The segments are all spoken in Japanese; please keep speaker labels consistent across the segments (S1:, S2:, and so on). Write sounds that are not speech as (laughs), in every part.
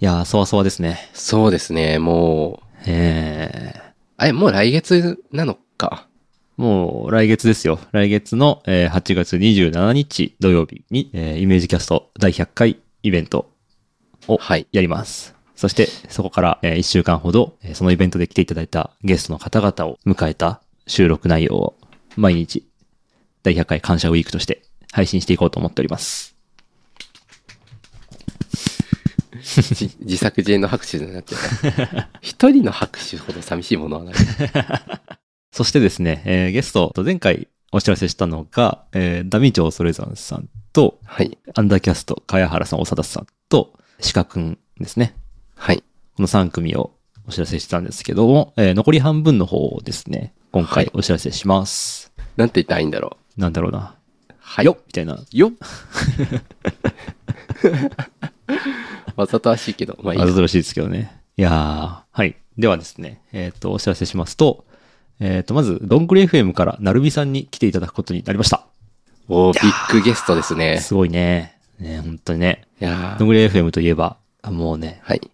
S1: いやー、そわそわですね。
S2: そうですね、もう、
S1: えー、
S2: あれ、もう来月なのか。
S1: もう来月ですよ。来月の、えー8月27日土曜日に、えーイメージキャスト第100回イベントを
S2: はい。
S1: やります。そして、そこから、え1週間ほど、えーそのイベントで来ていただいたゲストの方々を迎えた収録内容を毎日、第100回感謝ウィークとして配信していこうと思っております。
S2: じ (laughs) 自作自演の拍手になっちゃった。 (laughs) 一人の拍手ほど寂しいものはない。
S1: そしてですね、えーゲストと前回お知らせしたのが、えーダミーチョウソレザンさんと、
S2: はい。
S1: アンダーキャスト、茅原さん、長田さんと、鹿くんですね。
S2: はい。
S1: この3組をお知らせしたんですけども、えー残り半分の方をですね、今
S2: は
S1: 回
S2: い
S1: お知らせします。
S2: なんて言ったらいいんだろ
S1: なんだろうな。
S2: う。はい。
S1: よっみたいな。
S2: よっ (laughs) わざとらしいけど、まあいい
S1: あ
S2: や
S1: ざとらしいですけどね。いやーはい。ではですね、えっ、と、お知らせしますと、えっ、と、まず、どんぐり FM からなるみさんに来ていただくことになりました。
S2: おービッグゲストですね。
S1: すごいね。ね、本当にね。
S2: いや
S1: どん
S2: ー
S1: ぐり FM といえば、あもうね、
S2: はい。
S1: 老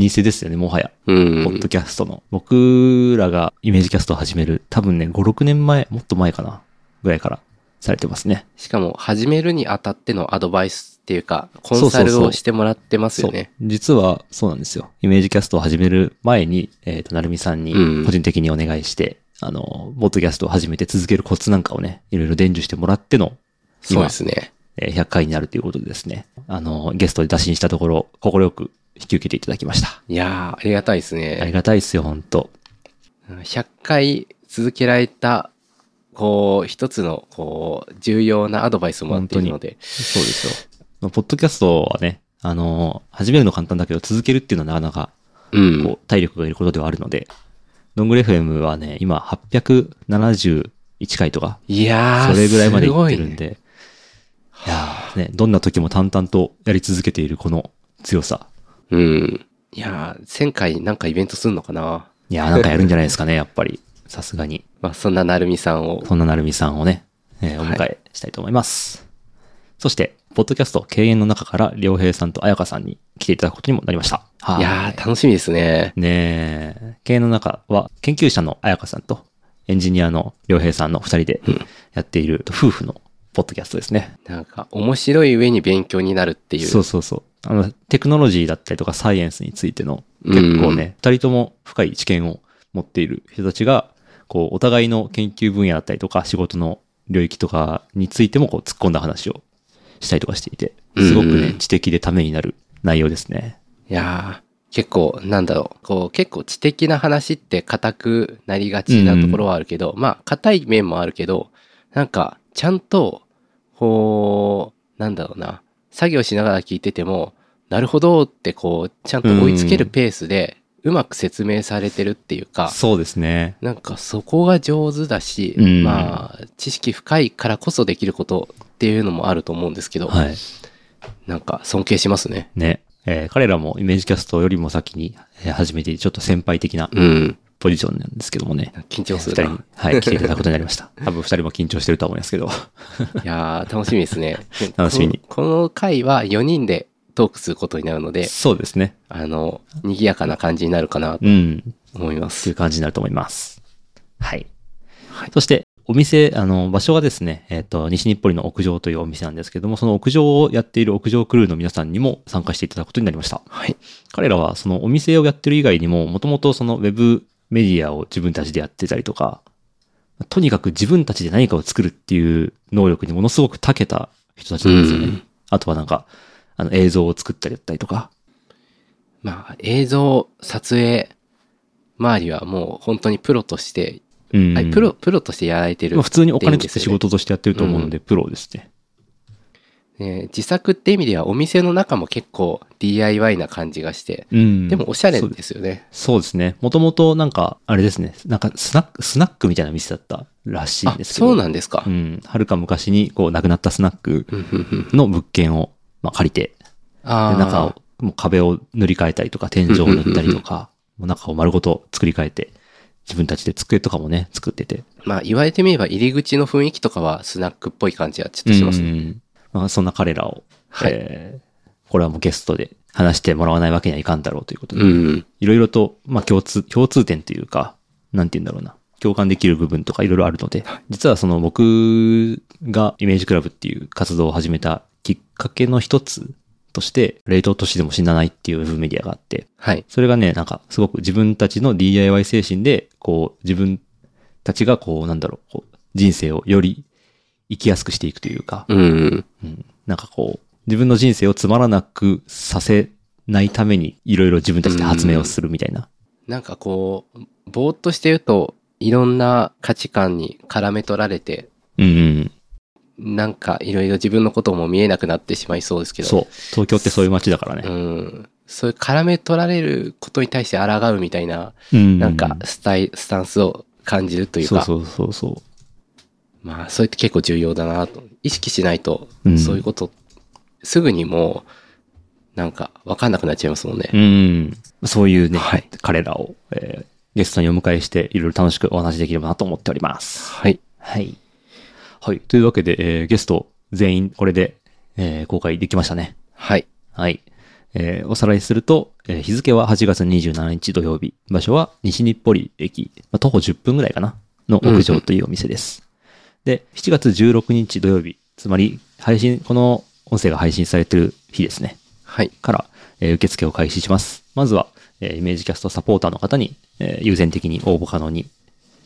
S1: 舗ですよね、もはや。ポ
S2: う
S1: ッ
S2: ん
S1: ド。キャストの。僕らがイメージキャストを始める、多分ね、5、6年前、もっと前かな、ぐらいからされてますね。
S2: しかも、始めるにあたってのアドバイスっていうか、コ
S1: そう
S2: ン
S1: そ
S2: サ
S1: うそう
S2: ルをしてもらってますよね。
S1: そう。実は、そうなんですよ。イメージキャストを始める前に、えっ、と、なるみさんに
S2: うん、
S1: 個人的にお願いして、あの、ポッドキャストを始めて続けるコツなんかをね、いろいろ伝授してもらっての、
S2: そうですね。
S1: えー100回になるということでですね、あの、ゲストで打診したところ、快く引き受けていただきました。
S2: いやー、ありがたいです
S1: あり
S2: ね。
S1: がたいですよ、本当
S2: 100回続けられた、こう、一つの、こう、重要なアドバイスをもらっているので、
S1: そうですよ。まあポッドキャストはね、あの、始めるの簡単だけど、続けるっていうのはなかなか
S2: うん。
S1: こう、体力がいることではあるので、どんぐり FM はね、今871回とか、
S2: いやー、
S1: それぐらいまで行って
S2: す
S1: る
S2: ご
S1: ん
S2: いね
S1: で、い,、やーね、どんな時も淡々とやり続けているこの強さ。
S2: うん。いやー、1000回なんかイベントすんのかない
S1: やーなんかやるんじゃないですかね、やっぱり。さすがに。
S2: まあ、そんななるみさんを。
S1: そんななるみさんをね、えーお迎
S2: は
S1: えしたいと思います。そして、ポッドキャスト敬遠の中から、りょうへいさんとあやかさんに来ていただくことにもなりました。はい
S2: やー、楽しみですね。
S1: ねえ、経営の中は研究者の彩香さんとエンジニアの良平さんの二人でやっている夫婦のポッドキャストですね。
S2: なんか、面白い上に勉強になるっていう。
S1: そうそうそう。あの、テクノロジーだったりとかサイエンスについての結構ね、二人とも深い知見を持っている人たちが、こう、お互いの研究分野だったりとか仕事の領域とかについてもこう突っ込んだ話をしたりとかしていて、すごく
S2: うんう
S1: ね、
S2: ん
S1: 知的でためになる内容ですね。
S2: いやー、結構、なんだろう。こう、結構知的な話って硬くなりがちなところはあるけど、まあ、硬い面もあるけど、なんか、ちゃんと、こう、なんだろうな。作業しながら聞いてても、なるほどってこう、ちゃんと追いつけるペースで、うまく説明されてるっていうか、
S1: そうですね。
S2: なんかそこが上手だし、
S1: うん
S2: まあ、知識深いからこそできることっていうのもあると思うんですけど、
S1: はい。
S2: なんか尊敬しますね。
S1: ね。えー彼らもイメージキャストよりも先にえー始めて、ちょっと先輩的な
S2: うん。
S1: ポジションなんですけどもね。
S2: 緊張す
S1: 二人
S2: るな
S1: に。、はい、来ていただくことになりました。多分二人も緊張してるとは思いますけ
S2: (laughs)
S1: ど。。
S2: いやー、楽しみですね
S1: (laughs) 楽しみに
S2: このこの回は4人でトークすることになるので、
S1: そうですね。
S2: あの、賑やかな感じになるかなと
S1: うん。
S2: 思いま
S1: とい
S2: す。
S1: う感じになると思います。はい。
S2: はい
S1: そして、お店、あの、場所がですね、えっ、と、西日暮里の屋上というお店なんですけども、その屋上をやっている屋上クルーの皆さんにも参加していただくことになりました。
S2: はい。
S1: 彼らはそのお店をやってる以外にも、もともとそのウェブメディアを自分たちでやってたりとか、とにかく自分たちで何かを作るっていう能力にものすごく長けた人たちなんですよね。
S2: うん
S1: あとはなんか、あの映像を作ったりだったりとか。
S2: まあ、映像、撮影、周りはもう本当にプロとして、
S1: うん
S2: はい、プロ、プロとしてやられてる
S1: まあ普通にお金取って
S2: っていいんです
S1: 仕
S2: よね
S1: 事としてやってると思うので、プロですね。
S2: えー自作って意味ではお店の中も結構 DIY な感じがして、
S1: うん。
S2: でもおしゃれ
S1: そう
S2: ですよね。
S1: そうですね。もともとなんか、あれですね、なんかスナック、スナックみたいな店だったらしいん
S2: あ、
S1: ですけど。
S2: そうなんですか
S1: う。ん。はるか昔に、こう、亡くなったスナック
S2: うんうんうん
S1: の物件を、まあ、借りて、
S2: あ
S1: で
S2: ー
S1: 中を、もう壁を塗り替えたりとか、天井を塗ったりとか、もう中を丸ごと作り替えて、自分たちで机とかもね、作ってて。
S2: まあ言われてみれば入り口の雰囲気とかはスナックっぽい感じはちょっとしますね。
S1: うんまあ、そんな彼らを、
S2: はい
S1: えーこれはもうゲストで話してもらわないわけにはいかんだろうということで、
S2: うん。
S1: いろいろと、まあ、共通、共通点というか、なんて言うんだろうな。共感できる部分とかいろいろあるので、実はその僕がイメージクラブっていう活動を始めたきっかけの一つとして、冷凍都市でも死なないっていうウェブメディアがあって、
S2: はい。
S1: それがね、なんかすごく自分たちの DIY 精神で、こう自分たちがこうなんだろう、こう人生をより生きやすくしていくというか、
S2: うん。
S1: うんなんかこう、自分の人生をつまらなくさせないために、いろいろ自分たちで発明をするみたいな。
S2: なんかこう、ぼーっとしてると、いろんな価値観に絡め取られて、
S1: うん、うん
S2: なんかいろいろ自分のことも見えなくなってしまいそうですけど。
S1: そう。東京ってそういう街だから
S2: う
S1: ね。
S2: ん。そういう絡め取られることに対して抗うみたいな、
S1: うん
S2: なんかスタイ、スタンスを感じるというか、
S1: そうそうそうそ
S2: まあ、それって結構重要だなと。意識しないと
S1: う、ん
S2: そういうこと、すぐにもう、なんか、わかんなくなっちゃいますもんね
S1: う。。うん。そういうね、
S2: はい
S1: 彼らを、えーゲストにお迎えして、いろいろ楽しくお話しできればなと思っております。
S2: はい。
S1: はい。はい。というわけで、えーゲスト全員これで、えー公開できましたね。
S2: はい。
S1: はい。えーおさらいすると、えー日付は8月27日土曜日、場所は西日暮里駅、まあ、徒歩10分ぐらいかな、の屋上というお店です。で、7月16日土曜日、つまり配信、この音声が配信されてる日ですね、
S2: はい。
S1: から、えー受付を開始します。まずは、えーイメージキャストサポーターの方に、えー優先的に応募可能に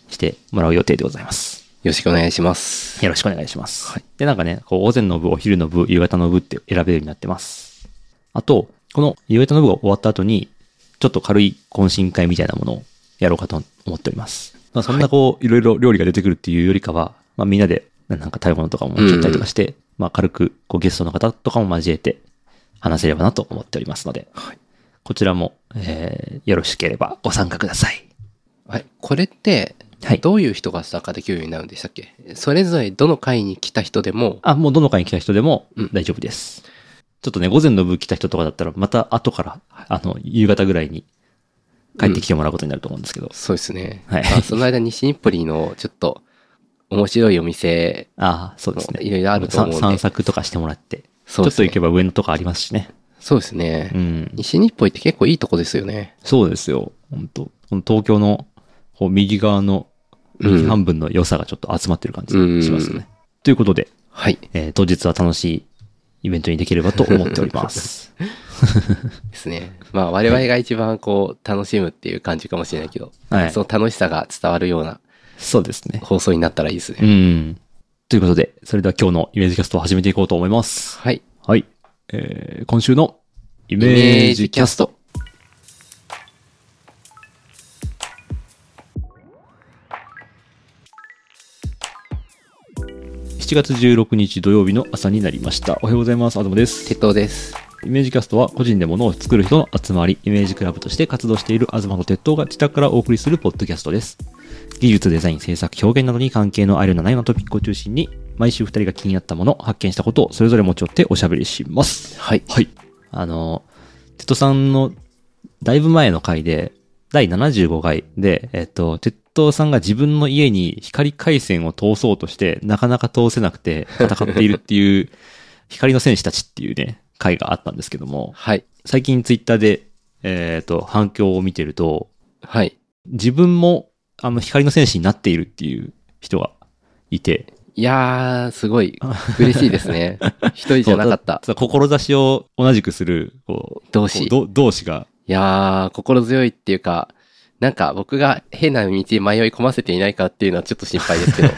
S1: してもらう予定でございます。
S2: よろしくお願いします。
S1: よろしくお願いします。
S2: はい
S1: で、なんかね、こう、午前の部、お昼の部、夕方の部って選べるようになってます。あと、この夕方の部が終わった後に、ちょっと軽い懇親会みたいなものをやろうかと思っております。まあ、そんなこう、いろいろ料理が出てくるっていうよりかは、まあ、みんなで、ななんか食べ物とかも持っちゃったりとかして、まあ、軽く、こう、ゲストの方とかも交えて、話せればなと思っておりますので、こちらも、えー、よろしければご参加ください。
S2: はい。これって、
S1: はい。
S2: どういう人が参加できるようになるんでしたっけそれぞれどの会に来た人でも、
S1: あ、もうどの回に来た人でも
S2: うん
S1: 大丈夫です。ちょっとね、午前の部来た人とかだったら、また後から、あの、夕方ぐらいに帰ってきてもらうことになると思うんですけど。
S2: そうですね。
S1: はい
S2: まあその間、西日暮里のちょっと面白いお店、
S1: ああ、そうですね。
S2: いろいろあると思うんで
S1: さ散策とかしてもらって。
S2: そ
S1: ちょ
S2: うで
S1: っ
S2: す
S1: と
S2: ね
S1: 行けば上のとこありますしね。
S2: そうですね。
S1: うん。
S2: 西日暮里って結構いいとこですよね。
S1: そうですよ。本当この東京の、こう、右側の、
S2: うん
S1: 右半分の良さがちょっと集まってる感じがしますね。
S2: うん
S1: ということで、
S2: はい。
S1: えー当日は楽しいイベントにできればと思っており
S2: (laughs)
S1: ます。
S2: ですね。まあ我々が一番こう楽しむっていう感じかもしれないけど、
S1: はい
S2: その楽しさが伝わるような
S1: そうですね。
S2: 放送になったらいいですね。
S1: うん。ということで、それでは今日のイメージキャストを始めていこうと思います。
S2: はい。
S1: はい。えー、今週のイ
S2: イ
S1: メージキャスト。
S2: ト。
S1: 7月16日土曜日の朝になりました。おはようございます。あどもです。
S2: 鉄道です。
S1: イメージキャストは個人で物を作る人の集まり、イメージクラブとして活動している東の鉄塔が自宅からお送りするポッドキャストです。技術、デザイン、制作、表現などに関係のあるようなないようなトピックを中心に、毎週2人が気になったもの、発見したことをそれぞれ持ち寄っておしゃべりします。
S2: はい。
S1: はい。あの、テトさんの、だいぶ前の回で、第75回で、えっと、テトさんが自分の家に光回線を通そうとして、なかなか通せなくて戦っているっていう、 (laughs) 光の戦士たちっていうね、回があったんですけども、
S2: はい。
S1: 最近ツイッターで、えっと、反響を見てると、
S2: はい。
S1: 自分も、あの、光の戦士になっているっていう人がいて、
S2: いやー、すごい嬉しいで
S1: (laughs)
S2: すね。一人じゃなかった。
S1: そう志を同じくする、こう、
S2: 同志
S1: こう同同志が、
S2: いやー、心強いっていうか、なんか僕が変な道に迷い込ませていないかっていうのはちょっと心配
S1: (laughs)
S2: ですけど。い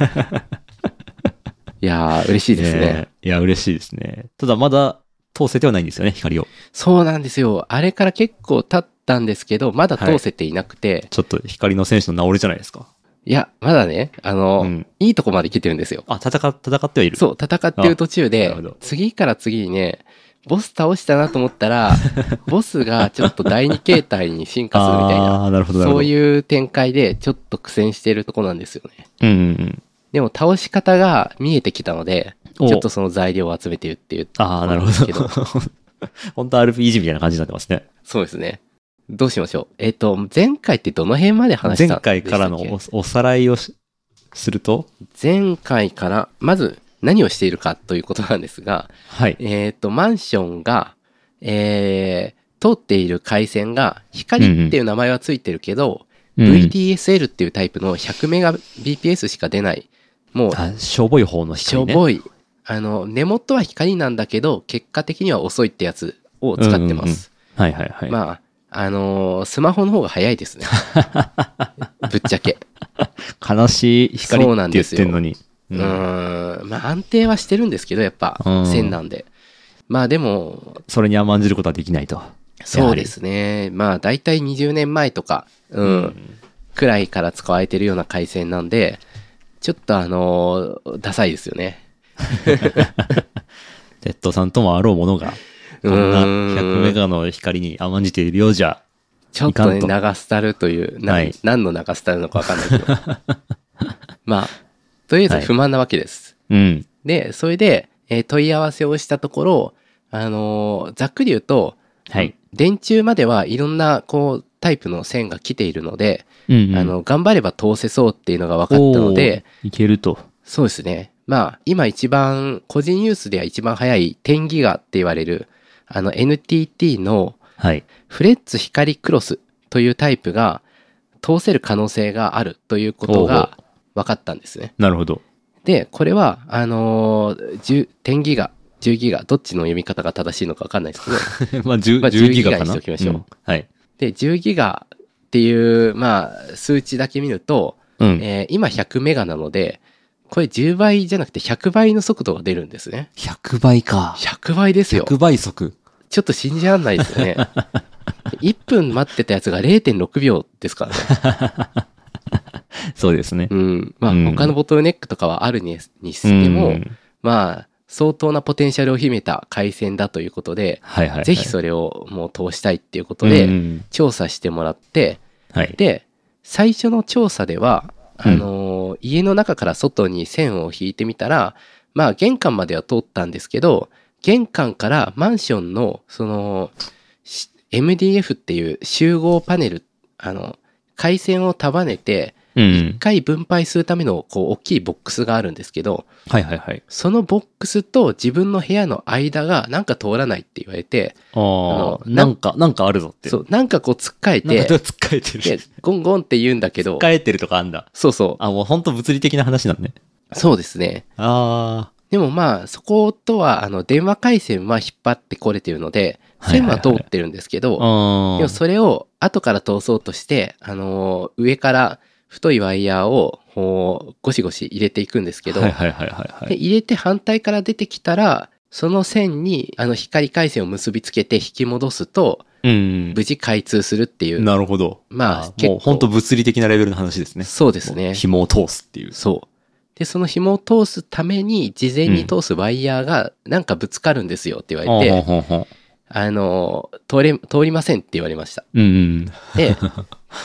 S2: やー、嬉しいですね。
S1: ええいや、嬉しいですね。ただ、まだ通せてはないんですよね、光を。
S2: そうなんですよ。あれから結構経ったんですけど、まだ通せていなくて、
S1: ちょっと光の選手の治れじゃないですか。
S2: い、や、まだね、あの、
S1: うん
S2: いいとこまで来てるんですよ。
S1: あ、戦、戦ってはいる。
S2: そう、戦ってる途中
S1: あな
S2: で
S1: るほど、
S2: 次から次にね、ボス倒したなと思っ
S1: (laughs)
S2: たら、ボスがちょっと第二形態に進化するみたいな、
S1: (laughs) ああー、なるほど、なるほど。
S2: そういう展開でちょっと苦戦してるとこなんですよね。
S1: うんうんうん。
S2: でも倒し方が見えてきたので、
S1: お
S2: ちょっとその材料を集めてるっていう。
S1: ああ、なるほ
S2: そうなん
S1: ど。 (laughs) 本当 RPG みたいな感じになってますね。
S2: そうですね。どうしましょう。えっ、と、前回ってどの辺まで話した
S1: 前
S2: んでし
S1: 回
S2: たっけ
S1: からのおおさらいをしすると、
S2: 前回から、まず何をしているかということなんですが、
S1: はい。
S2: えっ、と、マンションが、えー通っている回線が光っていう名前はついてるけど、
S1: うん
S2: VDSL っていうタイプの 100Mbps しか出ない、もう、
S1: あしょぼい方の
S2: し
S1: 光
S2: ょ
S1: ね。
S2: ぼい、あの、根元は光なんだけど、結果的には遅いってやつを使ってます。
S1: はいはいはい。
S2: まあ、あのースマホの方が早い
S1: (laughs)
S2: ですね。ぶっちゃけ。
S1: 悲しい光
S2: そうな
S1: っ
S2: ん
S1: て
S2: で
S1: 言っ
S2: す
S1: て
S2: よ
S1: んのに。
S2: う
S1: うん
S2: ーん、まあ安定はしてるんですけど、やっぱ
S1: うん、
S2: 線なんで。まあでも、
S1: それに甘んじることはできないと。
S2: そうですね。まあ、だいたい20年前とか、うん、くらいから使われてるような回線なんで、ちょっとあのーダサいですよね。
S1: レッドさんともあろうものが、こんな100メガの光に甘んじているようじゃ。
S2: ちょっとね、
S1: いかんと
S2: 長スタルという、な
S1: はい
S2: 何の長スタルなのかわかんない
S1: (laughs)
S2: けど。まあ、とりあえず不満なわけです。
S1: うん。
S2: で、それで、えー問い合わせをしたところ、あのーざっくり言うと、
S1: はい。
S2: 電柱まではいろんな、こう、タイプの線が来ているので、
S1: うん、
S2: あの、頑張れば通せそうっていうのが分かったので、
S1: おー、いけると。
S2: そうですね。まあ、今一番、個人ユースでは一番早い10ギガって言われる、あの NTT の
S1: はい。
S2: フレッツ光クロスというタイプが通せる可能性があるということが分かったんですね。
S1: なるほ
S2: (laughs)
S1: ど。
S2: で、これは、あのー10、10ギガ、10ギガ、どっちの読み方が正しいのか分かんな
S1: (laughs)
S2: いですけど、
S1: まあ10、
S2: まあ
S1: 10ギガか
S2: ギ
S1: な。
S2: ガにしておきましょうん
S1: はい。
S2: で、10ギガっていう、まあ、数値だけ見ると、
S1: うん。
S2: えー今100メガなので、これ10倍じゃなくて100倍の速度が出るんですね。
S1: 100倍か。
S2: 100倍ですよ。
S1: 100倍速。
S2: ちょっと信じらんないで
S1: (laughs)
S2: すよね。1分待ってたやつが0.6秒ですからね。
S1: そうですね。
S2: うん。まあ、
S1: うん
S2: 他のボトルネックとかはあるににしても、
S1: うん
S2: まあ、相当なポテンシャルを秘めた回線だということで、
S1: はいはいはい。
S2: ぜひ
S1: う
S2: それをもう通したいっていうこと
S1: んう
S2: で、
S1: ん
S2: 調査してもらって、
S1: はい。
S2: で、最初の調査では、
S1: う
S2: あ
S1: ん
S2: のー家の中から外に線を引いてみたら、まあ、玄関までは通ったんですけど、玄関からマンションの、その、し MDF っていう集合パネル、あの、回線を束ねて、
S1: うん
S2: 一。回分配するための、こう、大きいボックスがあるんですけど、
S1: はいはいはい。
S2: そのボックスと自分の部屋の間がなんか通らないって言われて、
S1: あ
S2: の
S1: あ、なんか、なんかあるぞって。
S2: そう、なんかこう、つっかえ
S1: なんか
S2: て
S1: ちょ、っとつっかえて
S2: で
S1: る。つ、
S2: ゴンゴンって言うんだけ
S1: っ
S2: ど、
S1: かえてるとかあんだ。
S2: そうそう、
S1: あ、もう本当物理的な話なんね。
S2: そうですね。
S1: あ
S2: でもまあ、そことは、あの、電話回線は引っ張ってこれてるので、
S1: はい
S2: 線
S1: はいは
S2: はい通ってるんですけど、
S1: あ。あ
S2: でもそれを後から通そうとして、あのー上から太いワイヤーを、こう、ゴシゴシ入れていくんですけど、
S1: はいはいはいはいは
S2: で
S1: い。
S2: 入れて反対から出てきたら、その線に、あの、光回線を結びつけて引き戻すと、
S1: うん
S2: 無。事開通するっていう。
S1: なるほど。
S2: まあ結構
S1: もう本当物理的なレベルの話ですね。
S2: そうです
S1: もう
S2: ね。
S1: 紐を通すっていう。
S2: そう。で、その紐を通すために、事前に通すワイヤーが、なんかぶつかるんですよって言われて、
S1: あほんほんほん
S2: あの、通れ、通りませんって言われました。
S1: うん。 (laughs)
S2: で、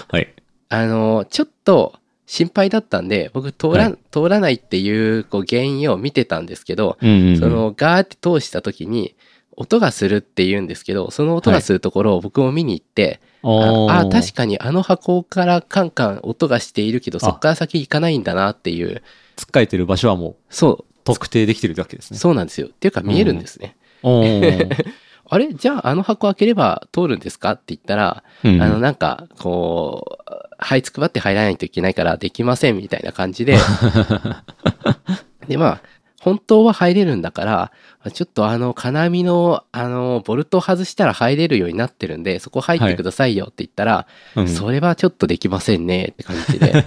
S1: はい。
S2: あの、ちょっと心配だったんで、僕通ら、
S1: は
S2: 通らないっていう、こう、原因を見てたんですけど、
S1: うんうんうん。
S2: その、ガーって通した時に、音がするって言うんですけど、その音がするところを僕も見に行って、ああ、
S1: ー
S2: 確かにあの箱からカンカン音がしているけど、そっから先行かないんだなっていう、
S1: つっかえてる場所はも
S2: そう
S1: 特定できてるわけです
S2: う、
S1: ね。
S2: そうなんですよ。っていうか見えるんですね。
S1: おー
S2: あれじゃああの箱開ければ通るんですかって言ったら、
S1: うん
S2: (laughs) あの、なんか、こう、はいつくばって入らないといけないからできませんみたいな感
S1: (laughs)
S2: じで。で、まあ、本当は入れるんだから、ちょっとあの、金網の、あの、ボルト外したら入れるようになってるんで、そこ入ってくださいよって言ったら、
S1: うん
S2: それはちょっとできませんねって感
S1: (laughs)
S2: じで。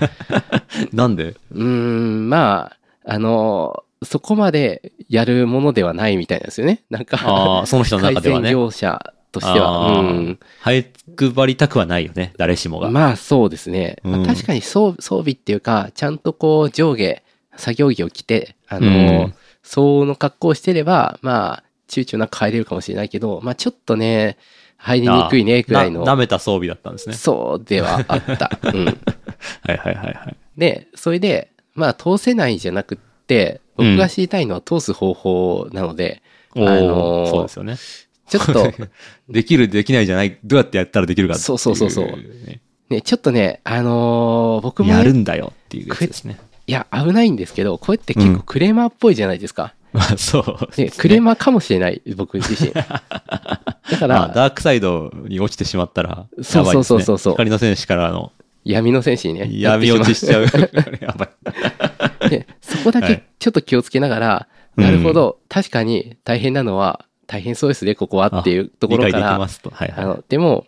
S1: なんで
S2: うーん、まあ、あの、そこまでやるものではないみたいなんですよね。なんか、
S1: ああ、その人の中
S2: 改
S1: では
S2: 善
S1: ね。
S2: 業者としては。
S1: あー
S2: うん
S1: はい、配りたくはないよね。誰しもが。
S2: まあそうですね。
S1: うん
S2: まあ確かに装装備っていうか、ちゃんとこう上下、作業着を着て、あのー、
S1: うん
S2: 相応の格好をしてれば、まあ、躊躇なく入れるかもしれないけど、まあちょっとね、入りにくいね、くらいの
S1: な。舐めた装備だったんですね。
S2: そうではあった。
S1: (laughs)
S2: うん。
S1: はいはいはいはい。
S2: で、それで、まあ通せないじゃなくって、僕が知りたいのは通す方法なので、
S1: おー
S2: あのー
S1: そうですよね。
S2: ちょっと、
S1: (laughs) できる、できないじゃない、どうやってやったらできるかってい
S2: そうそうそうそう
S1: ね
S2: ね、ちょっとね、あのー僕もね、
S1: やるんだよっていうやつですね。
S2: いや、危ないんですけど、こうやって結構クレーマーっぽいじゃないですか。
S1: まあ (laughs) そう
S2: ね、
S1: ですね。
S2: クレーマーかもしれない、僕自
S1: (laughs)
S2: 身。だ
S1: ま
S2: か
S1: あ
S2: ら、
S1: ダークサイドに落ちてしまったら、
S2: そ
S1: やばい
S2: うそうそう
S1: ですね
S2: そうそう
S1: 光の戦士からの
S2: 闇の戦士にね。
S1: 闇落ちしちゃう。これ (laughs) やばい。
S2: で、そこだ
S1: は
S2: け
S1: い
S2: ちょっと気をつけながら、
S1: うん
S2: なるほど、確かに大変なのは、大変そうですね、ここはっていうところ
S1: 理
S2: か
S1: 解でき
S2: ら、あ
S1: ますと。はいはい。
S2: の、でも、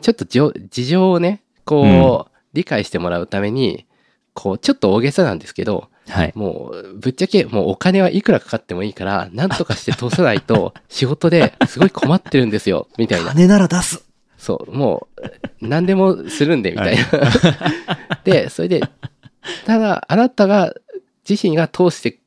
S2: ちょっとじょ事情をね、こう、理解してもらうために、こう、ちょっと大げさなんですけど、
S1: はい。
S2: もう、ぶっちゃけ、もうお金はいくらかかってもいいから、なんとかして通さな
S1: (laughs)
S2: いと、仕事ですごい困ってるんですよ、みたいな。
S1: なら出す。
S2: そう、もう、何でもするんで、みたいな。 (laughs) で、それで、ただ、あなたが、自身が通して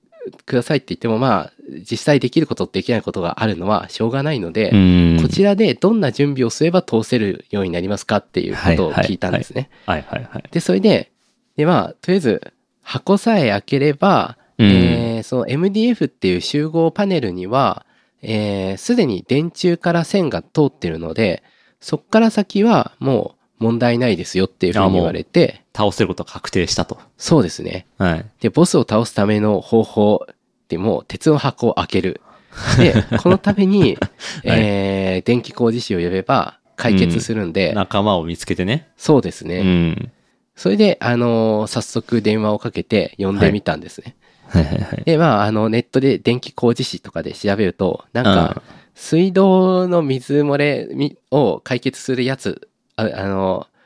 S2: くださいって言っても、まあ、実際できること、できないことがあるのはしょうがないので、
S1: うん。
S2: こちらでどんな準備をすれば通せるようになりますかっていうことを聞いたんですね。
S1: はいはいはい。
S2: で、それで、で、まあ、とりあえず、箱さえ開ければ、
S1: うん
S2: えーその MDF っていう集合パネルには、えーすでに電柱から線が通ってるので、そっから先はもう問題ないですよっていうふうに言われて、
S1: 倒せることは確定したと。
S2: そうですね。
S1: はい。
S2: で、ボスを倒すための方法でもう鉄の箱を開ける。
S1: (laughs)
S2: で、このために、えー電気工事士を呼べば解決するんで、
S1: 仲間を見つけてね。
S2: そうですね。
S1: うん。
S2: それで、あのー早速電話をかけて呼んでみたんですね。
S1: はいはいはい。
S2: で、まあ、あの、ネットで電気工事士とかで調べると、なんか、水道の水漏れみを解決するやつ、ああのー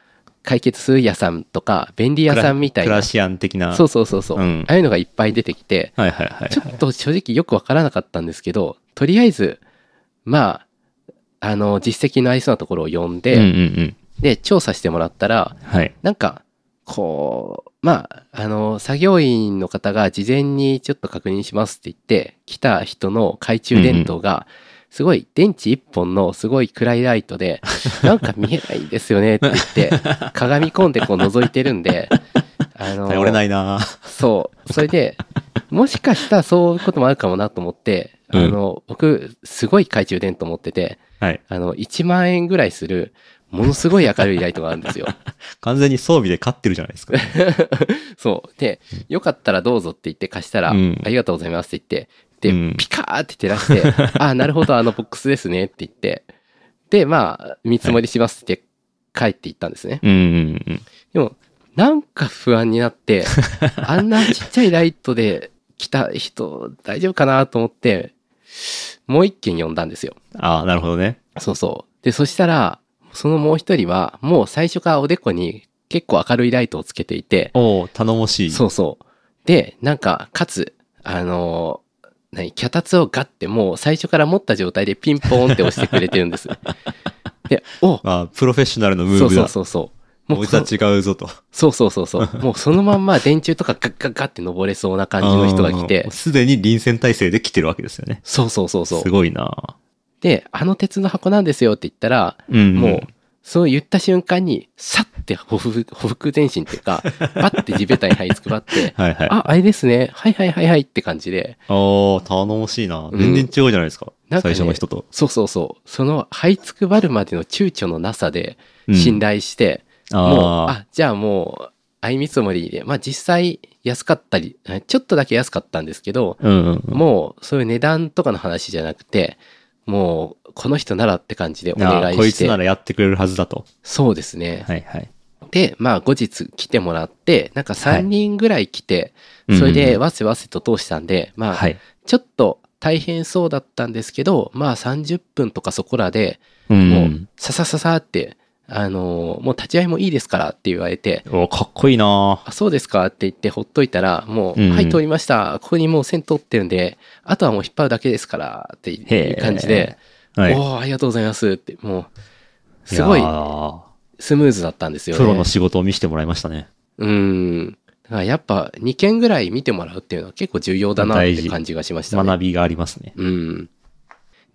S2: 解決する屋さんとか、便利屋さんみたい
S1: クラ
S2: な。
S1: シアン的な。
S2: そうそうそうそう。
S1: うん
S2: ああいうのがいっぱい出てきて、
S1: (laughs) はいはいはい
S2: ちょっと正直よくわからなかったんですけど、とりあえず、まあ、あの、実績のありそうなところを呼んで、
S1: うんうん
S2: で、調査してもらったら、
S1: うん。はい。
S2: なんか、こう、まあ、あの、作業員の方が事前にちょっと確認しますって言って、来た人の懐中電灯が、すごい、電池一本のすごい暗いライ
S1: (laughs)
S2: トで、なんか見えないですよねって言って、鏡込んでこう覗いてるんで、あの、
S1: 頼れないな
S2: そう。それで、もしかしたらそういうこともあるかもなと思って、あ
S1: うん
S2: の、僕、すごい懐中電灯持ってて、
S1: はい。
S2: あの、1万円ぐらいする、ものすごい明るいライトがあるんですよ。
S1: 完全に装備で勝ってるじゃないですか。
S2: そう。で、よかったらどうぞって言って貸したら、
S1: うん
S2: ありがとうございますって言って、で、
S1: うん
S2: ピカーって照らして、
S1: (laughs)
S2: ああ、なるほど、あのボックスですねって言って、で、まあ、見積もりしますって帰っていったんですね。
S1: うんうんうん。
S2: でも、なんか不安に
S1: (laughs)
S2: なって、あんなちっちゃいライトで来た人、大丈夫かなと思って、もう一件呼んだんですよ。
S1: ああ、なるほどね。
S2: そうそう。で、そしたら、そのもう一人は、もう最初からおでこに結構明るいライトをつけていて、
S1: おお頼もしい。
S2: そうそう。で、なんか、かつ、あのー、何、脚立をガッてもう最初から持った状態でピンポーンって押してくれてる
S1: (laughs)
S2: んです。で、お
S1: ああ、プロフェッショナルのム
S2: そ
S1: ー
S2: う
S1: ブ
S2: そう
S1: だ。
S2: そうそう。もう
S1: 俺
S2: こ
S1: た
S2: の
S1: ち違うぞと。
S2: そうそうそうそう。
S1: (laughs)
S2: もうそのまんま電柱とかガッガッガッって登れそうな感じの人が
S1: あ
S2: 来て
S1: (laughs) ー。すでに臨戦態勢で来てるわけですよね。
S2: そうそうそうそ
S1: す
S2: う。
S1: ごいな
S2: で、あの鉄の箱なんですよって言ったら、
S1: うん
S2: もう、そう言った瞬間に、さってほふ、ほふく前進っていうか、バッて地べたに這いつくばって、
S1: (laughs) はいはい。
S2: あ、あれですね。はいはいはいはいって感じで、
S1: ああ、頼もしいな。
S2: うん
S1: 全然違うじゃないですか。
S2: なんか
S1: 最
S2: ね
S1: 初の人と。
S2: そうそうそう。その、這いつくばるまでの躊躇のなさで、
S1: うん
S2: 信頼して、
S1: あ
S2: もう、
S1: あ
S2: あ、じゃあもう、相見積もりで、まあ実際安かったり、えちょっとだけ安かったんですけど、
S1: うんうんうん。
S2: もう、そういう値段とかの話じゃなくて、もう、この人ならって感じでお願
S1: ああ
S2: い
S1: こい
S2: し
S1: つな
S2: て、
S1: らやってくれるはずだと。
S2: そうですね。
S1: はいはい。
S2: で、まあ、後日来てもらって、なんか3人ぐらい来て、
S1: はい
S2: それ
S1: うんうん
S2: で
S1: うん
S2: わせわせと通したんで、まあ、
S1: はい。
S2: ちょっと大変そうだったんですけど、まあ30分とかそこらで、
S1: うん
S2: も
S1: う、
S2: うんささささって、あのーもう立ち会いもいいですからって言われて、
S1: おかっこいいな
S2: あ、そうですかって言ってほっといたら、もう、
S1: うん
S2: はい、通りました。ここにもう線通ってるんで、あとはもう引っ張るだけですからっていう感じで、
S1: はい。
S2: おーありがとうございますって、もう、すごい
S1: やー
S2: スムーズだったんですよね。
S1: プロの仕事を見せてもらいましたね。
S2: うん。だからやっぱ2件ぐらい見てもらうっていうのは結構重要だなっ
S1: 大
S2: て
S1: 事
S2: 感じがしましたね。
S1: 学びがありますね。
S2: うん。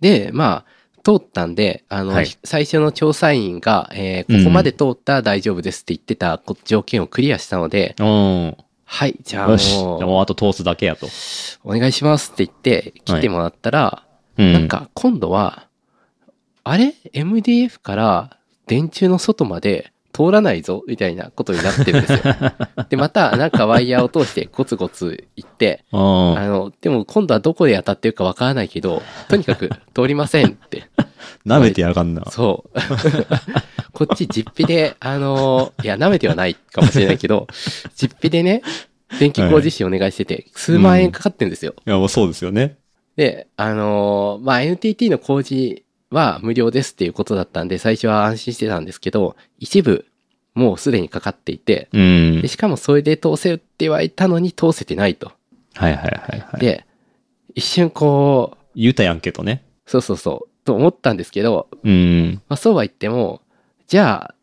S2: で、まあ、通ったんで、あの、
S1: はい
S2: ひ最初の調査員が、え
S1: う
S2: ー
S1: ん
S2: ここまで通ったら大丈夫ですって言ってたこ条件をクリアしたので、
S1: うん。
S2: はい、じゃあ
S1: よし。じゃあ
S2: もう、
S1: もうあと通すだけやと。
S2: お願いしますって言って来てもらったら、
S1: うん。
S2: なんか今度は、あれ ?MDF から電柱の外まで通らないぞ、みたいなことになってるんで
S1: (laughs)
S2: すよ。で、また、なんかワイヤーを通してゴツゴツ行って、あ
S1: ああ、
S2: の、でも今度はどこで当たってるかわからないけど、とにかく通りませんって。
S1: 舐めてやがんな。
S2: そう。 (laughs) こっち実費で、あのーいや、舐めてはないかもしれないけど、 (laughs) 実費でね、電気工事士お願いしてて、数万円かかってんですよ。
S1: いや、もうそうですよね。
S2: で、あのーまあ、NTT の工事は無料ですっていうことだったんで、最初は安心してたんですけど、一部、もうすでにかかっていて、
S1: うん
S2: で。しかもそれで通せるって言われたのに通せてないと。
S1: はいはいはいはい。
S2: で、一瞬こう、
S1: 言うたやんけとね。
S2: そうそうそう、と思ったんですけど、
S1: うん。
S2: まあ、そうは言っても、じゃあ、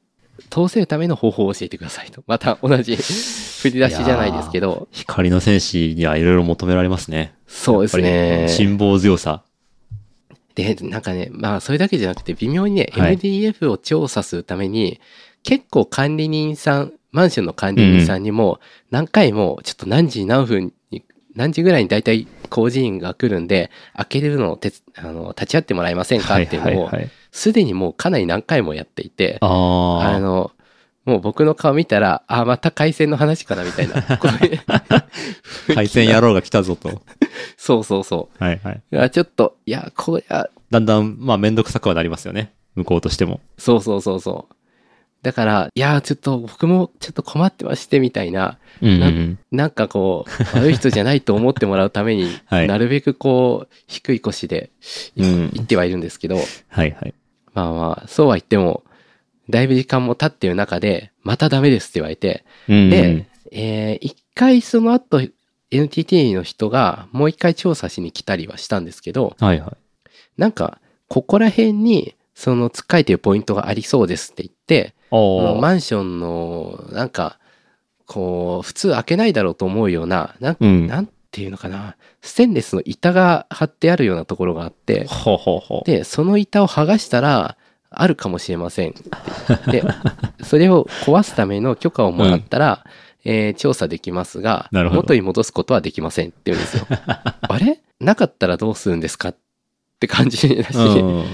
S2: 通せるための方法を教えてくださいと。また同じ振り出しじゃないですけど、
S1: 光の戦士にはいろいろ求められますね。
S2: そうです
S1: やっぱ
S2: ね
S1: り。辛抱強さ。
S2: で、なんかね、まあ、それだけじゃなくて、微妙にね、
S1: はい
S2: MDF を調査するために、結構管理人さん、マンションの管理人さんにも、何回も、ちょっと何時に何分に、何時ぐらいに大体工事員が来るんで、開けれるのを手つあの立ち会ってもらえませんか
S1: は
S2: っ
S1: い
S2: ていうのを、
S1: はいはい。
S2: すでにもうかなり何回もやっていて、
S1: ああ。
S2: あの、もう僕の顔見たら、あ、また回線の話かなみた
S1: (laughs)
S2: いな。こういう
S1: 対戦野郎が来たぞと。
S2: そうそうそ
S1: はいはい。
S2: う。あちょっと、いや、こりゃ、
S1: だんだん、まあ、めんどくさくはなりますよね。向こうとしても。
S2: そうそうそうそう。だから、いや、ちょっと僕もちょっと困ってましてみたいな、
S1: うん
S2: なんかこう、悪い人じゃないと思ってもらうために、
S1: (laughs) はい
S2: なるべくこう、低い腰で
S1: うん。うん。
S2: 言ってはいるんですけど、
S1: はいはい。
S2: まあまあ、そうは言っても、だいぶ時間も経ってる中で、またダメですって言われて、
S1: うん
S2: で、えー一回その後、NTT の人がもう一回調査しに来たりはしたんですけど、
S1: はいはい。
S2: なんか、ここら辺に、その、つっかえてるポイントがありそうですって言って、この
S1: お
S2: マンションの、なんか、こう、普通開けないだろうと思うような、なん
S1: うん。
S2: なんていうのかな、ステンレスの板が張ってあるようなところがあって、
S1: ほうほうほう。
S2: で、その板を剥がしたら、あるかもしれません。
S1: (laughs)
S2: で、それを壊すための許可をもらったら、えー調査できますが、
S1: なるほど
S2: 元に戻すことはできませんって言うん
S1: (laughs)
S2: ですよ。あれなかったらどうするんですかって感じだし、 (laughs)
S1: うん。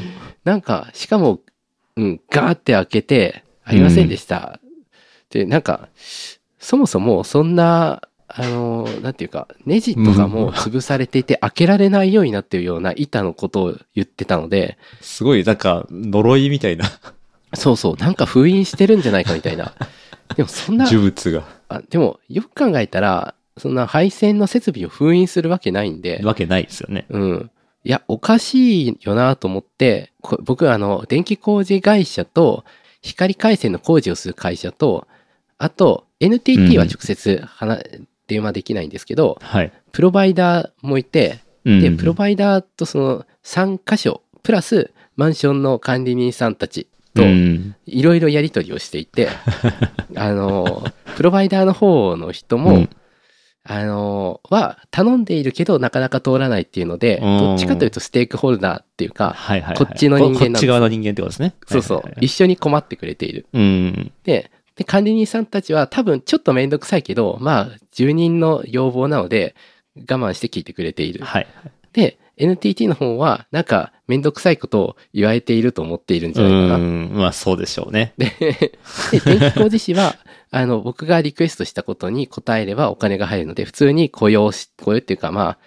S2: なんか、しかも、うん、ガーって開けて、ありませんでした。で、なんか、そもそもそんな、あの、なんていうか、ネジとかも潰されていて開けられないようになってるような板のことを言ってたので、
S1: すごい、なんか、呪いみたいな
S2: そうそう、なんか封印してるんじゃないかみたい
S1: (laughs)
S2: な。でもそんな、
S1: 呪物が。
S2: あでもよく考えたら、そんな配線の設備を封印するわけないんで、
S1: わけないですよね。
S2: うん。いや、おかしいよなと思って、こ僕あの、電気工事会社と、光回線の工事をする会社と、あと、NTT は直接話、電話できないんですけど、
S1: はい。
S2: プロバイダーもいて、
S1: うん
S2: で、プロバイダーとその3箇所、プラスマンションの管理人さんたちと
S1: う、ん
S2: いろいろやり取りをして
S1: (laughs)
S2: いて、あの、プロバイダーの方の人も、
S1: うん
S2: あの、は頼んでいるけどなかなか通らないっていうので、
S1: うん
S2: どっちかというとステークホルダーっていうか、
S1: はいはいはい。
S2: こっちの人間なんです
S1: ここっち側の人間ってことですね。
S2: そうそう、
S1: はいはいはい
S2: 一緒に困ってくれている。
S1: うん。
S2: で、で管理人さんたちは多分ちょっとめんどくさいけど、まあ、住人の要望なので、我慢して聞いてくれている。
S1: はい。
S2: で、NTT の方は、なんか、めんどくさいことを言われていると思っているんじ
S1: う
S2: ゃないかな。
S1: ん。まあ、そうでしょうね。
S2: で、電気工事士は、あの、僕がリクエストしたことに答えればお金が入るので、普通に雇用
S1: (laughs)
S2: し、雇用っていうか、ま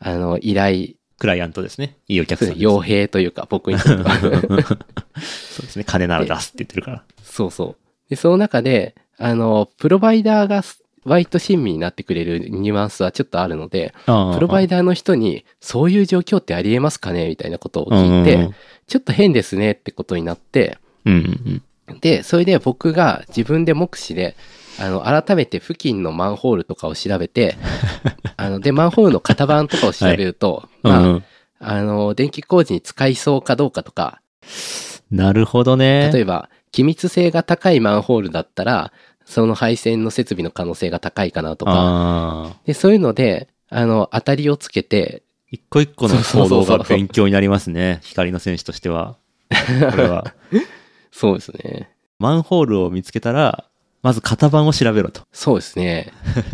S2: あ、あの、依頼、
S1: クライアントですね。いいお客さんです。 (laughs)
S2: 傭兵というか、僕にとっては。
S1: そうですね。金なら出すって言ってるから。
S2: そうそう。で、その中で、あの、プロバイダーがす割と親身になってくれるニュアンスはちょっとあるので、プロバイ
S1: ダ
S2: ダーの人に、そういう状況ってありえますかねみたいなことを
S1: うん
S2: 聞い
S1: うん
S2: て、ちょっと変ですねってことになって、
S1: うんうん
S2: で、それで僕が自分で目視で、あの、改めて付近のマンホールとかを調べ (laughs) て、あの、で、マンホールの型番とかを調べると、
S1: うん。
S2: まあ、
S1: うんうん
S2: あの、電気工事に使いそうかどうかとか、
S1: なるほどね。
S2: 例えば、機密性が高いマンホールだったら、その配線の設備の可能性が高いかなとか、
S1: ああ。
S2: で、そういうので、あの、当たりをつけて、
S1: 一個一個の
S2: そう
S1: 行
S2: そう
S1: 動
S2: そう
S1: が勉強になりますね。光の選手として
S2: (laughs)
S1: は。これは。
S2: そうですね。
S1: マンホールを見つけたら、まず型番を調べろと。
S2: そうですね。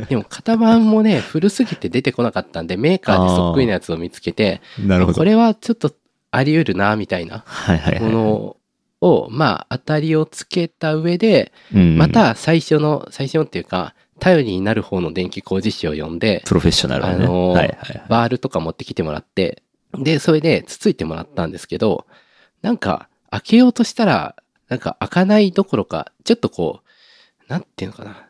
S2: でも、型番もね、古すぎて出てこなかったんで、メーカーでそっくりなやつを見つけて、
S1: な
S2: これはちょっとあり得るな、みたいな
S1: はいはい
S2: も
S1: はい。
S2: のを、まあ、当たりをつけた上で、
S1: うん
S2: ま、た最初の、最初のっていうか、頼りになる方の電気工事士を呼んで、
S1: プロフェッショナルだね。
S2: あ
S1: は
S2: のー
S1: いはいはい。
S2: バールとか持ってきてもらって、で、それでつついてもらったんですけど、なんか、開けようとしたら、なんか開かないどころか、ちょっとこう、なんていうのかな。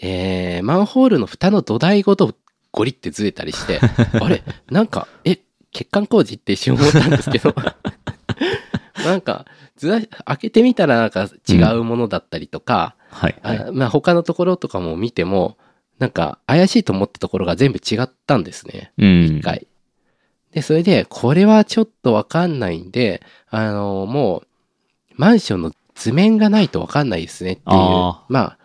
S2: えー、マンホールの蓋の土台ごとゴリってずれた
S1: (laughs)
S2: りして、あれなんか、え、欠陥工事って一瞬思ったんで
S1: (laughs)
S2: すけど、なんか、ずら、開けてみたらなんか違うものだったりとか、
S1: はい、はい。
S2: あまあ他のところとかも見ても、なんか怪しいと思ったところが全部違ったんですね。
S1: うん
S2: 一。回。で、それで、これはちょっとわかんないんで、あの、もう、マンションの図面がないとわかんないですねっていう、
S1: あ
S2: まあ、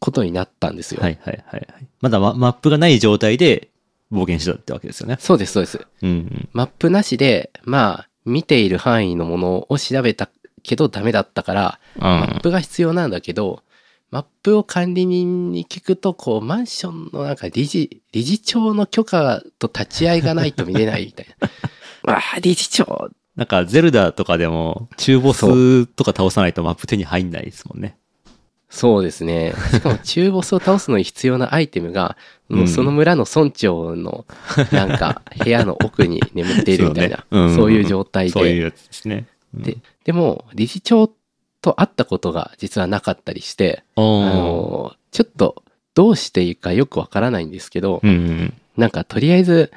S2: ことになったんですよ。
S1: はいはいはいはい。まだママップがない状態で冒険してたってわけですよね。
S2: そうです、そうです。
S1: うんうん。
S2: マップなしで、まあ、見ている範囲のものを調べたけどダメだったから、マップが必要なんだけど、マップを管理人に聞くと、こう、マンションのなんか理事、理事長の許可と立ち会いがないと見れないみたい
S1: (laughs)
S2: な。わあ、理事長
S1: なんか、ゼルダとかでも、中ボスとか倒さないとマップ手に入んないですもんね。
S2: そうで
S1: (laughs)
S2: すね。しかも中ボスを倒すのに必要なアイテムが、
S1: うん
S2: もうその村の村長のな
S1: (laughs)
S2: んか部屋の奥に眠っているみたいな、
S1: そうねうん
S2: そういう状態
S1: そういう
S2: で。
S1: やつですね。うん
S2: で、でも理事長と会ったことが実はなかったりして、あ
S1: おー
S2: の、ちょっとどうしていいかよくわからないんですけど
S1: う、んうん。
S2: なんかとりあえず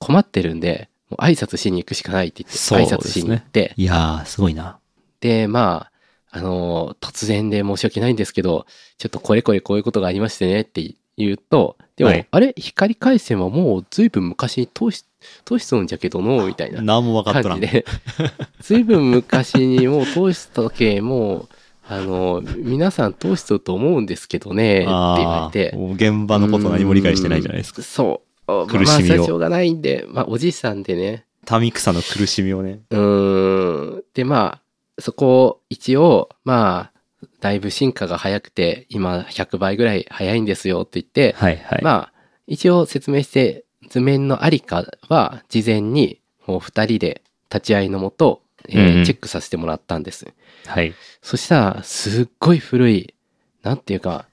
S2: 困ってるんで、もう挨拶しに行くしかないって言
S1: そうで
S2: って、
S1: す
S2: 挨
S1: ね
S2: 拶しに行って、
S1: いやー、すごいな。
S2: で、まあ、あのー突然で申し訳ないんですけど、ちょっとこれこれこういうことがありましてねって言うと、でも、
S1: はい
S2: あれ光回線はもうずいぶん昔に通し、通しとんじゃけどの、みたいな
S1: 何も分かっとら
S2: 感じ
S1: ん。
S2: で、 (laughs) ずいぶん昔にもう通したけ、もう、あのー皆さん通しとると思うんですけどね、って言わ
S1: あ
S2: れ
S1: ー
S2: て。
S1: もう現場のこと何も理解してないじゃないですか
S2: う。んそう。
S1: 苦しみを
S2: まあ、それはしょうがないんで、まあ、おじいさんでね、
S1: 民草の苦しみをね。
S2: うーん。で、まあ、そこを一応、まあ、だいぶ進化が早くて、今100倍ぐらい早いんですよって言って、
S1: はいはい。
S2: まあ、一応説明して、図面のありかは、事前に、もう二人で立ち会いのもと、えー
S1: うんうん
S2: チェックさせてもらったんです。
S1: はい。
S2: そしたら、すっごい古い、なんていうか、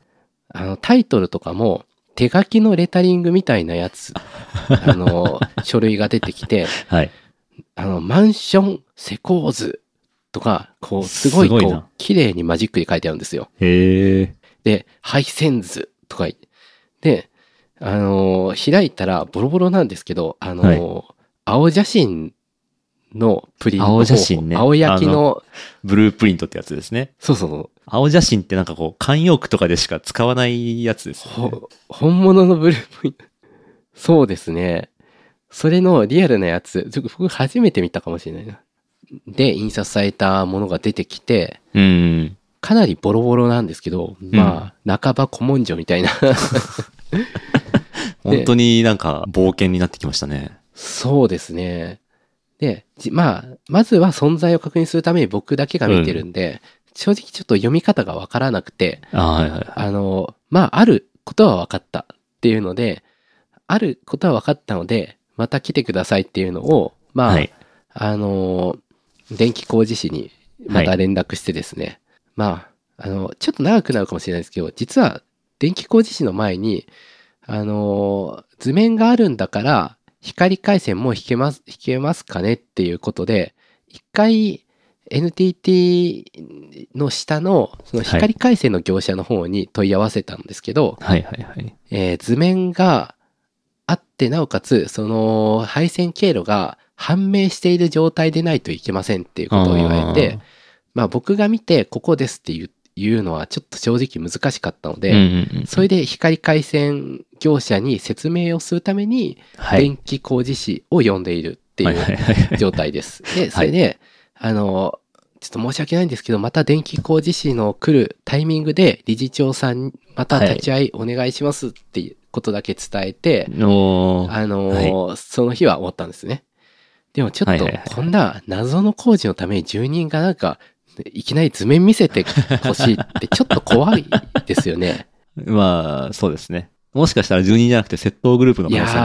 S2: あの、タイトルとかも、手書きのレタリングみたいなやつ、あの、書類が出てきて、
S1: はい。
S2: あの、マンション施工図とか、こう、すごい、
S1: すごい
S2: こ
S1: な
S2: う、綺麗にマジックで書いてあるんですよ。
S1: へえ。
S2: で、配線図とか言って、で、あのー開いたらボロボロなんですけど、あのー青写真のプリント
S1: 青写真ね
S2: 青焼き
S1: あ
S2: の、
S1: ブループリントってやつですね。
S2: そうそうそう
S1: 青写真ってなんかこう、慣用句とかでしか使わないやつですよね。
S2: ほ、本物のブループリント。 (laughs) そうですね。それのリアルなやつ、ちょ僕初めて見たかもしれないな。で、印刷されたものが出てきて、
S1: うん。
S2: かなりボロボロなんですけど、まあ、半ば古文書みたいな。
S1: 本当になんか冒険になってきましたね。
S2: そうですね。で、じまあ、まずは存在を確認するために僕だけが見てるんで、正直ちょっと読み方がわからなくて、
S1: あはいはいはい。
S2: あの、まあ、あることは分かったっていうので、あることは分かったので、また来てくださいっていうのを、まあ、
S1: はい。
S2: あの、電気工事士にまた連絡してですね、まあ、あの、ちょっと長くなるかもしれないですけど、実は電気工事士の前に、あの、図面があるんだから、光回線も引けます、引けますかねっていうことで、一回 NTT の下の、その光回線の業者の方に問い合わせたんですけど、
S1: はいはいはい。
S2: えー図面があって、なおかつ、その配線経路が判明している状態でないといけませんっていうことを言われて、まあ僕が見て、ここですって言う言うのはちょっと正直難しかったの
S1: あ
S2: で、
S1: ー、うんうんうん
S2: それで光回線業者に説明をするために、
S1: はい。
S2: 電気工事士を呼んでいるってい
S1: はいはいうはい (laughs) はい
S2: 状態です。で、それで、あの、ちょっと申し訳ないんですけど、また電気工事士の来るタイミングで理事長さんにまた立ち会いお願いしますっていうことだけ伝えて、
S1: おー
S2: あの、その日は終わったんですね。でもちょ
S1: は
S2: っ
S1: い
S2: と
S1: はいはい、
S2: こんな謎の工事のために住人がなんか、いきなり図面見せて (laughs) ほしいってちょっと怖いです
S1: (laughs)
S2: よね。
S1: まあ、そうですね。もしかしたら住人じゃなくて窃盗グループの
S2: い
S1: 可能性あ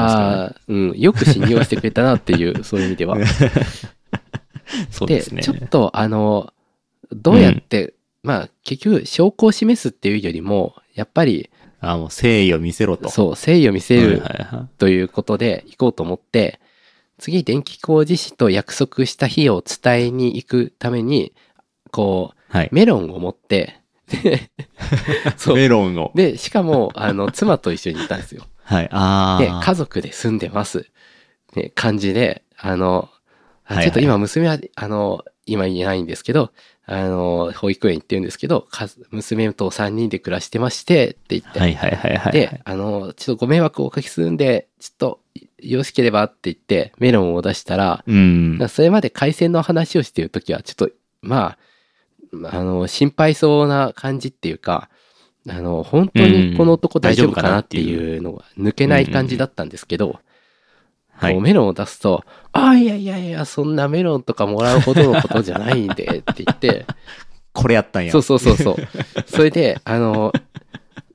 S2: やー、うん、よく信用してくれたなっていう、そういう意味では
S1: り。ますからね。そうですね。
S2: ちょっとあの、どうやって、まあ結局証拠を示すっていうよりも、やっぱり、
S1: あもう誠意を見せろと。
S2: そう、誠意を見せ
S1: はいはい
S2: る
S1: は
S2: ということで行こうと思って、次、電気工事士と約束した日を伝えに行くために、こ、。
S1: い。はいう
S2: メロンを持って、で、そう。
S1: メロンを。
S2: で、しかも、あの、妻と一緒にいたんですよ。
S1: はい。あ
S2: で、
S1: あ。
S2: 家族で住んでます。ね、感じで、あの、
S1: は
S2: あ
S1: いはい
S2: ちょっと今娘は、あの、今いないんですけど、あの、保育園行ってるんですけど、か娘と3人で暮らしてまして、って言って、
S1: はいはいはいはい。
S2: で、あの、ちょっとご迷惑をおかけするんで、ちょっと、よろしければって言って、メロンを出したら、
S1: うん。
S2: それまで海鮮の話をしてるときは、ちょっと、まあ、あの、心配そうな感じっていうか、あの、本当にこの男大丈夫かなっていうのが抜けない感じだったんですけど、
S1: は
S2: こう
S1: い。
S2: メロンを出すと、あ、いやいやいや、そんなメロンとかもらうほどのことじゃないんで、って
S1: (laughs)
S2: 言って、
S1: これやったんや。
S2: そうそうそうそう。それで、あの、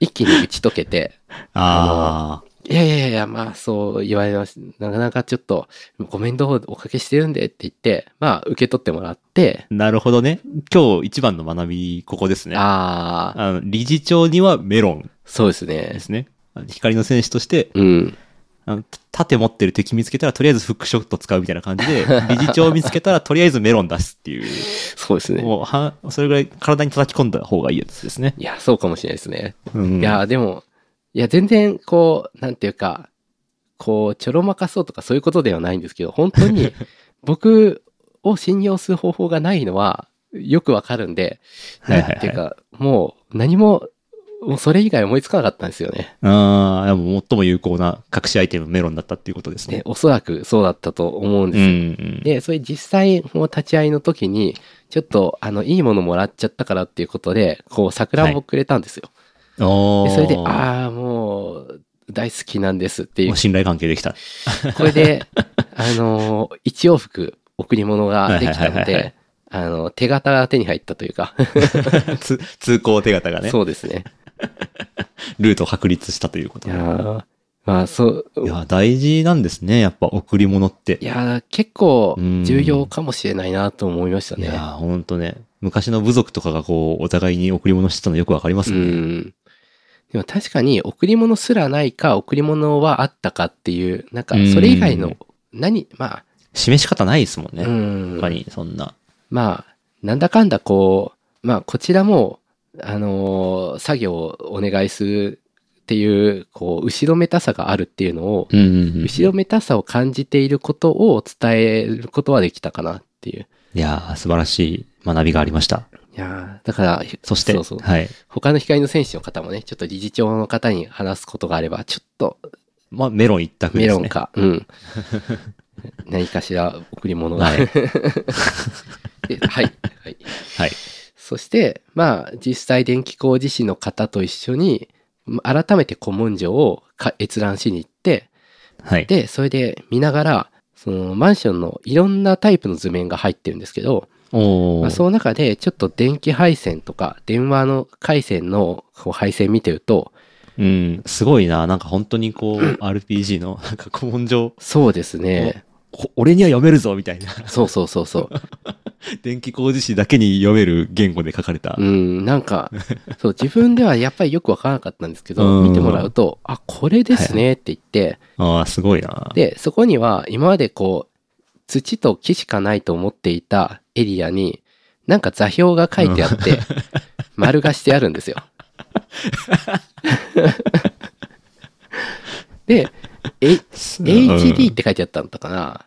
S2: 一気に打ち解けて、
S1: あ
S2: いやいやいやいや、まあそう言われます。なかなかちょっとご面倒をおかけしてるんでって言って、まあ受け取ってもらって、
S1: あ。なるほどね。今日一番の学び、ここですね。
S2: ああ、
S1: あの、理事長にはメロン
S2: そうです
S1: で
S2: ね。
S1: すね。光の戦士として、
S2: うん。
S1: あの盾持ってる敵見つけたら、とりあえずフックショット使うみたいな感じ
S2: (laughs)
S1: で、理事長見つけたら、とりあえずメロン出すっていう。
S2: そうですね。
S1: もうは、それぐらい体に叩き込んだ方がいいやつですね。
S2: いや、そうかもしれないですね。
S1: うん、
S2: いや、でも、いや、全然こう、なんていうか、こう、ちょろまかそうとかそういうことではないんですけど、本
S1: (laughs)
S2: 当に僕を信用する方法がないのはよくわかるんで、
S1: はいはいは
S2: な
S1: い
S2: んていうか、もう何も、もうそれ以外思いつかなかったんですよね。
S1: ああ、でも最も有効な隠しアイテムメロンだったっていうことです
S2: で
S1: ね。
S2: おそらくそうだったと思うん
S1: うん
S2: ですよ、
S1: うん。
S2: でそれ実際もう立ち会いの時にちょっとあのいいものもらっちゃったからっていうことでこう桜もくれたんですよ、
S1: おー
S2: でそれでああもう大好きなんですっていう
S1: もう信頼関係できた。 (laughs)
S2: これであのー一往復贈り物ができたの
S1: はいはいはいはい
S2: であの手形が手に入ったというか、
S1: 通通行手形がね、
S2: そうですね
S1: ルートを確立したということ。
S2: い
S1: い
S2: や
S1: や
S2: ーまあそう
S1: ー、大事なんですね。やっぱ贈り物って。
S2: いやー結構重要かもしれないなと思いました
S1: い
S2: ね
S1: やー、ほんとね。昔の部族とかがこう、お互いに贈り物してたのよくわかります
S2: う
S1: ね。
S2: ん。でも確かに贈り物すらないか贈り物はあったかっていう、なんかそれ以外の何、ま
S1: 示し方ないですもん
S2: あ、
S1: ね。
S2: うん
S1: 他に、そんな。
S2: まあ、なんだかんだこう、まあこちらも、あのー作業をお願いするっていう、こう、後ろめたさがあるっていうのを、
S1: うんうんうん。い
S2: 後ろめたさを感じていることを伝えることはできたかなっていう。
S1: やー、素晴らしい学びがありました。
S2: いやーだから、
S1: そして、
S2: そうそう
S1: はい。
S2: 他の光の戦士の方もね、ちょっと理事長の方に話すことがあれば、ちょっと
S1: まあ、メロン一択で
S2: メ
S1: すね。
S2: ロンか。うん。 (laughs) 何かしら贈り物が。 (laughs)
S1: はい
S2: ではい。はい。
S1: はい。
S2: そして、まあ、実際電気工事士の方と一緒に、ま改めて古文書をか閲覧しに行って、
S1: はい。
S2: (laughs) で、それで見ながら、そのマンションのいろんなタイプの図面が入ってるんですけど、
S1: おー
S2: まあ、その中でちょっと電気配線とか電話の回線のこう配線見てると、
S1: うん、すごいな。なんか本当にこう、RPG の、なんか古文書、
S2: そうですね。
S1: こ俺には読めるぞみたいな。
S2: そうそうそうそう。
S1: 電気工事士だけに読める言語で書かれた。
S2: うん、な
S1: (laughs)
S2: んか、そう、自分ではやっぱりよくわからなかったんですけど、
S1: うん
S2: 見てもらうと、あ、これですねって言って、
S1: ああ、すごいな。
S2: で、そこには今までこう、土と木しかないと思っていたエリアに、なんか座標が書いてあ
S1: (laughs)
S2: って、丸がしてあるんですよ。で、え
S1: す
S2: HD って書いてあったのかな、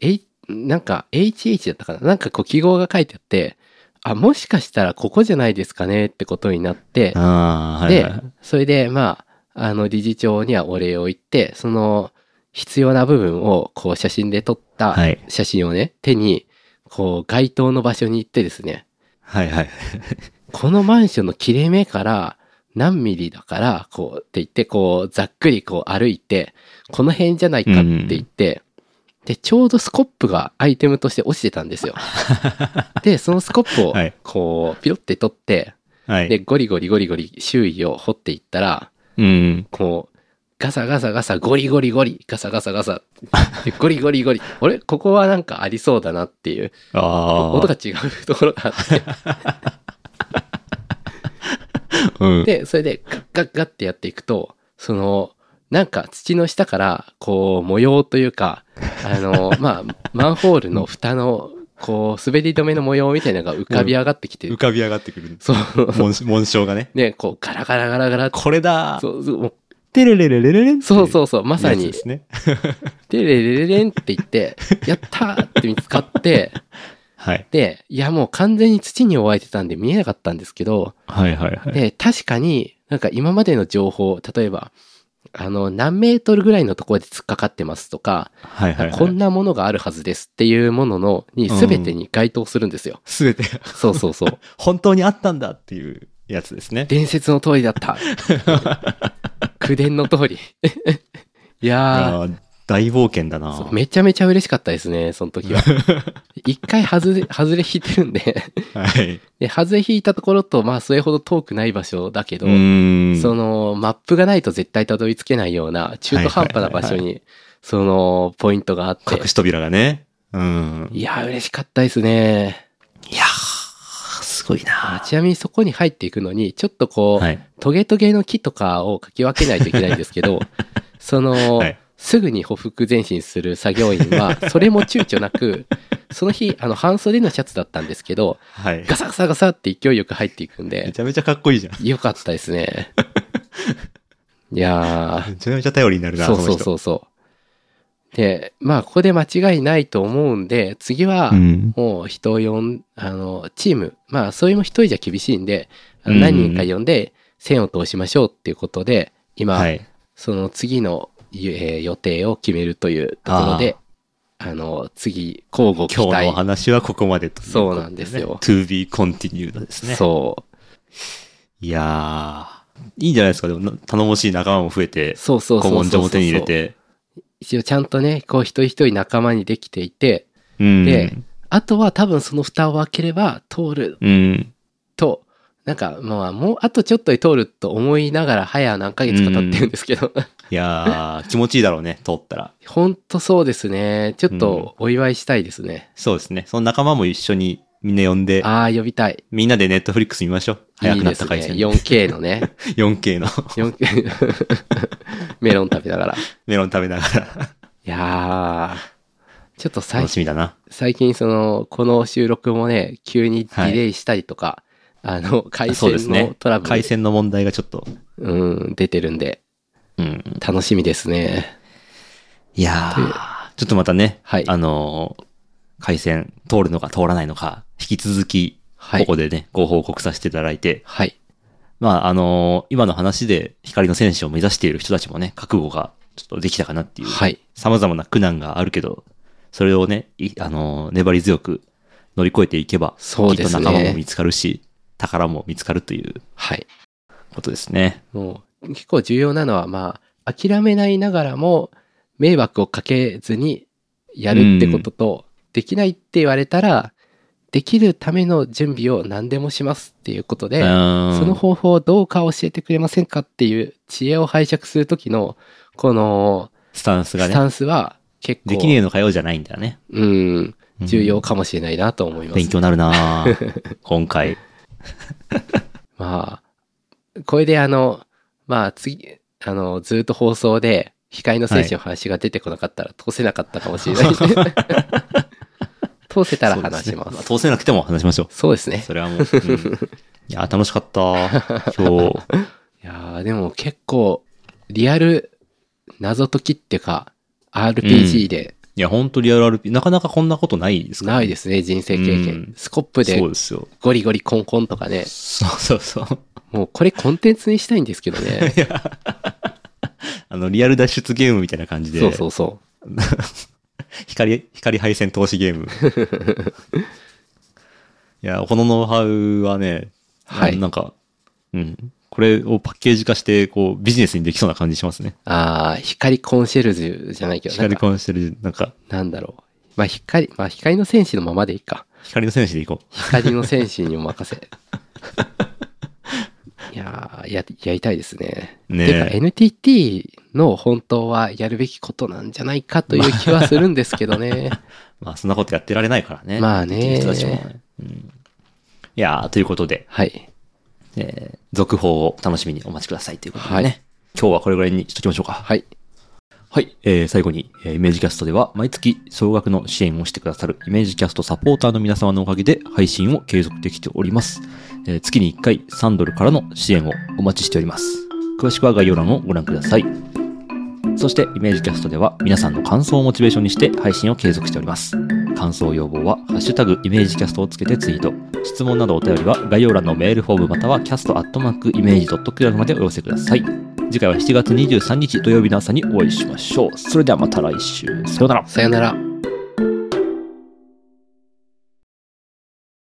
S2: えなんか HH だったかななんかこう記号が書いてあって、あ、もしかしたらここじゃないですかねってことになって
S1: うん、ああ、はい、は
S2: で
S1: い。、
S2: それで、まあ、あの、理事長にはお礼を言って、その、必要な部分を、こう、写真で撮った
S1: はい
S2: 写真をね、手に、こう、街灯の場所に行ってですね、
S1: はい、はい。
S2: このマンションの切れ目から何ミリだから、こうって言って、こう、ざっくりこう歩いて、この辺じゃないかって言って、で、ちょうどスコップがアイテムとして落ちてた
S1: (laughs)
S2: んですよ。で、そのスコップを
S1: はい、
S2: こう、ピロって取って、
S1: はい。
S2: で、ゴリゴリゴリゴリ周囲を掘っていったら、
S1: うん。
S2: こう、ガサガサガサ、ゴリゴリゴリ、ガサガサガサ、ゴリゴリゴリ。あれここはなんかありそうだなっていう、
S1: あ
S2: 音が違うところがあって、
S1: うん。
S2: で、それでガッガッガッってやっていくと、その、なんか土の下から、こう、模様というか、あの、まあ、マンホールの蓋の、こう、滑り止めの模様みたいなのが浮かび上がってきて
S1: 浮、かび上がってくる。
S2: そう、
S1: 紋紋章がね。
S2: ね、こう、ガラガラガラガラって、
S1: これだ
S2: そうそうもう
S1: てれれれれれれん
S2: そうそうそう、ま
S1: ま
S2: さに
S1: で、すね。
S2: で、レレレレンって言って、やったーって見つかって、
S1: はい。
S2: で、いやもう完全に土に覆われてたんで見えなかったんですけど、
S1: はいはいはい。
S2: で、確かになんか今までの情報、例えば、あの、何メートルぐらいのところで突っかかってますとか、
S1: はいはい、
S2: こん。なものがあるはずですっていうものの、に
S1: うん
S2: 全てに該当するんですよ。
S1: すべて、
S2: そうそう
S1: (laughs)
S2: そう。
S1: 本当にあったんだっていうやつですね。
S2: 伝説の通りだった。
S1: (laughs)
S2: 口伝の通り。いやー、
S1: あー大冒険だな
S2: そうめちゃめちゃ嬉しかったですね、その時
S1: (laughs)
S2: は。一回外れ、外れ引いてるんで
S1: はい。
S2: で、外れ引いたところと、まあ、それほど遠くない場所だけど、
S1: ん
S2: その、マップがないと絶対たどり着けないような、中途半端な場所
S1: はいはいはい
S2: に、その、ポイントがあって
S1: 隠。し扉がね。うん。
S2: いやー、嬉しかったですね。
S1: いやー、すごいな
S2: あちなみにそこに入っていくのに、ちょっとこう、
S1: はい。
S2: トゲトゲの木とかをかき分けないといけないんです
S1: (laughs)
S2: けど、その、
S1: はい
S2: すぐに歩幅前進する作業員
S1: (laughs)
S2: は、それも躊躇なく、その日、あの、半袖のシャツだったんですけど、
S1: はい。
S2: ガサガサガサって勢いよく入っていくん
S1: め
S2: で、
S1: ちゃめちゃかっこいいじゃん。
S2: よかったです
S1: (laughs)
S2: ね。いや
S1: めちゃめちゃ頼りになる
S2: ー、
S1: な、
S2: そうそう
S1: う。
S2: そうそう。で、まあ、ここで間違いないと思うんで、次は、
S1: うん。
S2: もう人を呼ん、あの、チーム、まあ、それも一人じゃ厳しいんで、あの
S1: うん
S2: 何人か呼んで、線を通しましょうっていうことで、今、
S1: はい。
S2: その次の、えー予定を決めるというところで、あの、次、交互期
S1: 今日のお
S2: 待。
S1: 話はここまでといこと
S2: そうなんですよ
S1: to be continued ですね。
S2: そ
S1: いやー、いいんじゃないですか。でもな、頼もしい仲間も増えて
S2: う。、そうそうそ
S1: 古
S2: うそ
S1: 文書
S2: うそう。
S1: も手に入れて。
S2: 一応ちゃんとね、こう一人一人仲間にできていて、
S1: うん
S2: で、あとは多分その蓋を開ければ通る
S1: うん。
S2: と、なんかまあもうあとちょっとで通ると思いながら早何ヶ月か経ってるんですけど、 (laughs)
S1: いやー、気持ちいいだろうね、通ったら。
S2: ほんとそうですね。ちょっとお祝いしたいですね。
S1: そうですね。その仲間も一緒にみんな呼んで、
S2: ああ、呼びたい。
S1: みんなでネットフリックス見ましょう。早
S2: い
S1: く
S2: い
S1: な
S2: で
S1: った
S2: すね。
S1: 回線。
S2: 4K
S1: (laughs)
S2: のね。
S1: 4K の
S2: 4K (laughs) メロン食べながら。い
S1: メロン食べながら。
S2: やー、ちょっと最
S1: 楽しみだな。
S2: 最近その、この収録もね、急にディレイしたりとか、あの、回
S1: そう
S2: 線
S1: ですね
S2: のトラブル、
S1: 回線の問題がちょっと。
S2: うん、出てるんで、
S1: うん。
S2: 楽しみですね。
S1: いやー、ちょっとまたね、
S2: はい
S1: あのー回線通るのか通らないのか、引き続き、
S2: はい。
S1: ここでね、ご報告させていただいて、
S2: はい。
S1: まあ、あのー今の話で光の戦士を目指している人たちもね、覚悟がちょっとできたかなっていう、
S2: はい。
S1: 様々な苦難があるけど、それをね、いあのー粘り強く乗り越えていけば、
S2: そう
S1: き
S2: で
S1: っと
S2: すね
S1: 仲間も見つかるし、宝も見つかるという
S2: はい。
S1: ことですね。
S2: もう、結構重要なのは、まあ、諦めないながらも、迷惑をかけずにやるってことと、できないって言われたら、できるための準備を何でもしますっていうことで、そ
S1: そ
S2: の方法をどうか教えてくれませんかっていう知恵を拝借するときの、この
S1: スタンスが
S2: ス
S1: ね
S2: タ、ンスは結構、
S1: できねえのかよじゃないんだよね。
S2: うん、
S1: うん
S2: 重要かもしれないなと思います。
S1: 勉強になる
S2: (laughs)
S1: なぁ今回。
S2: まあ、これであの、まあ次、あの、ずっと放送で、光の戦士の話が出てこなかったら通せなかったかもし
S1: (laughs)
S2: れない。通せたら話しま。
S1: そうですね通せなくても話しましょ
S2: そうです
S1: う。
S2: ね。
S1: それはもう。うんいや、楽しか
S2: (laughs)
S1: った。今日。
S2: いやーでも結構、リアル謎解きっていうか、RPG で
S1: いや、本当リアル RP、なかなかこんなことないですから
S2: ないですね、人生経験。
S1: うん
S2: スコップで
S1: そうですよ。
S2: ゴリゴリコンコンとかね。
S1: そうそうそう。
S2: もうこれコンテンツにしたいんですけど
S1: (laughs)
S2: ね。
S1: あの、リアル脱出ゲームみたいな感じで。
S2: そうそうそ
S1: 光、光配線投資ゲーム。
S2: (laughs)
S1: いや、このノウハウはね、
S2: はい
S1: なんか、うん。これをパッケージ化して、こう、ビジネスにできそうな感じしますね。
S2: う。ああ、光コンシェルジュじゃないけど、なん
S1: 光
S2: か
S1: コンシェルジュ、なんか、
S2: なんだろう。まあ光、まあ光の戦士のままでいいか。
S1: 光の戦士でいこう。
S2: 光の戦士にお
S1: (laughs)
S2: 任せ。いやーや、やりたいですね。
S1: ねえ
S2: てか NTT の本当はやるべきことなんじゃないかという気はするんですけ
S1: (laughs)
S2: どね。
S1: まあ、そんなことやってられないからね。
S2: まあ
S1: 言
S2: ね
S1: ってる人たちもねうんいやーということで、
S2: はい。
S1: えー続報を楽しみにお待ちくださいということでね。今日はこれぐらいにしときましょうか。
S2: はい。
S1: はい。えー最後に、えーイメージキャストでは、毎月、総額の支援をしてくださるイメージキャストサポーターの皆様のおかげで、配信を継続できております。えー月に1回、3ドルからの支援をお待ちしております。詳しくは概要欄をご覧ください。そして、イメージキャストでは、皆さんの感想をモチベーションにして、配信を継続しております。感想要望は、ハッシュタグ、イメージキャストをつけてツイート。質問などお便りは、概要欄のメールフォームまたは、キャストアットマークイメージドットクラブまでお寄せください。次回は7月23日土曜日の朝にお会いしましょう。それではまた来週。さようなら。
S2: さよなら。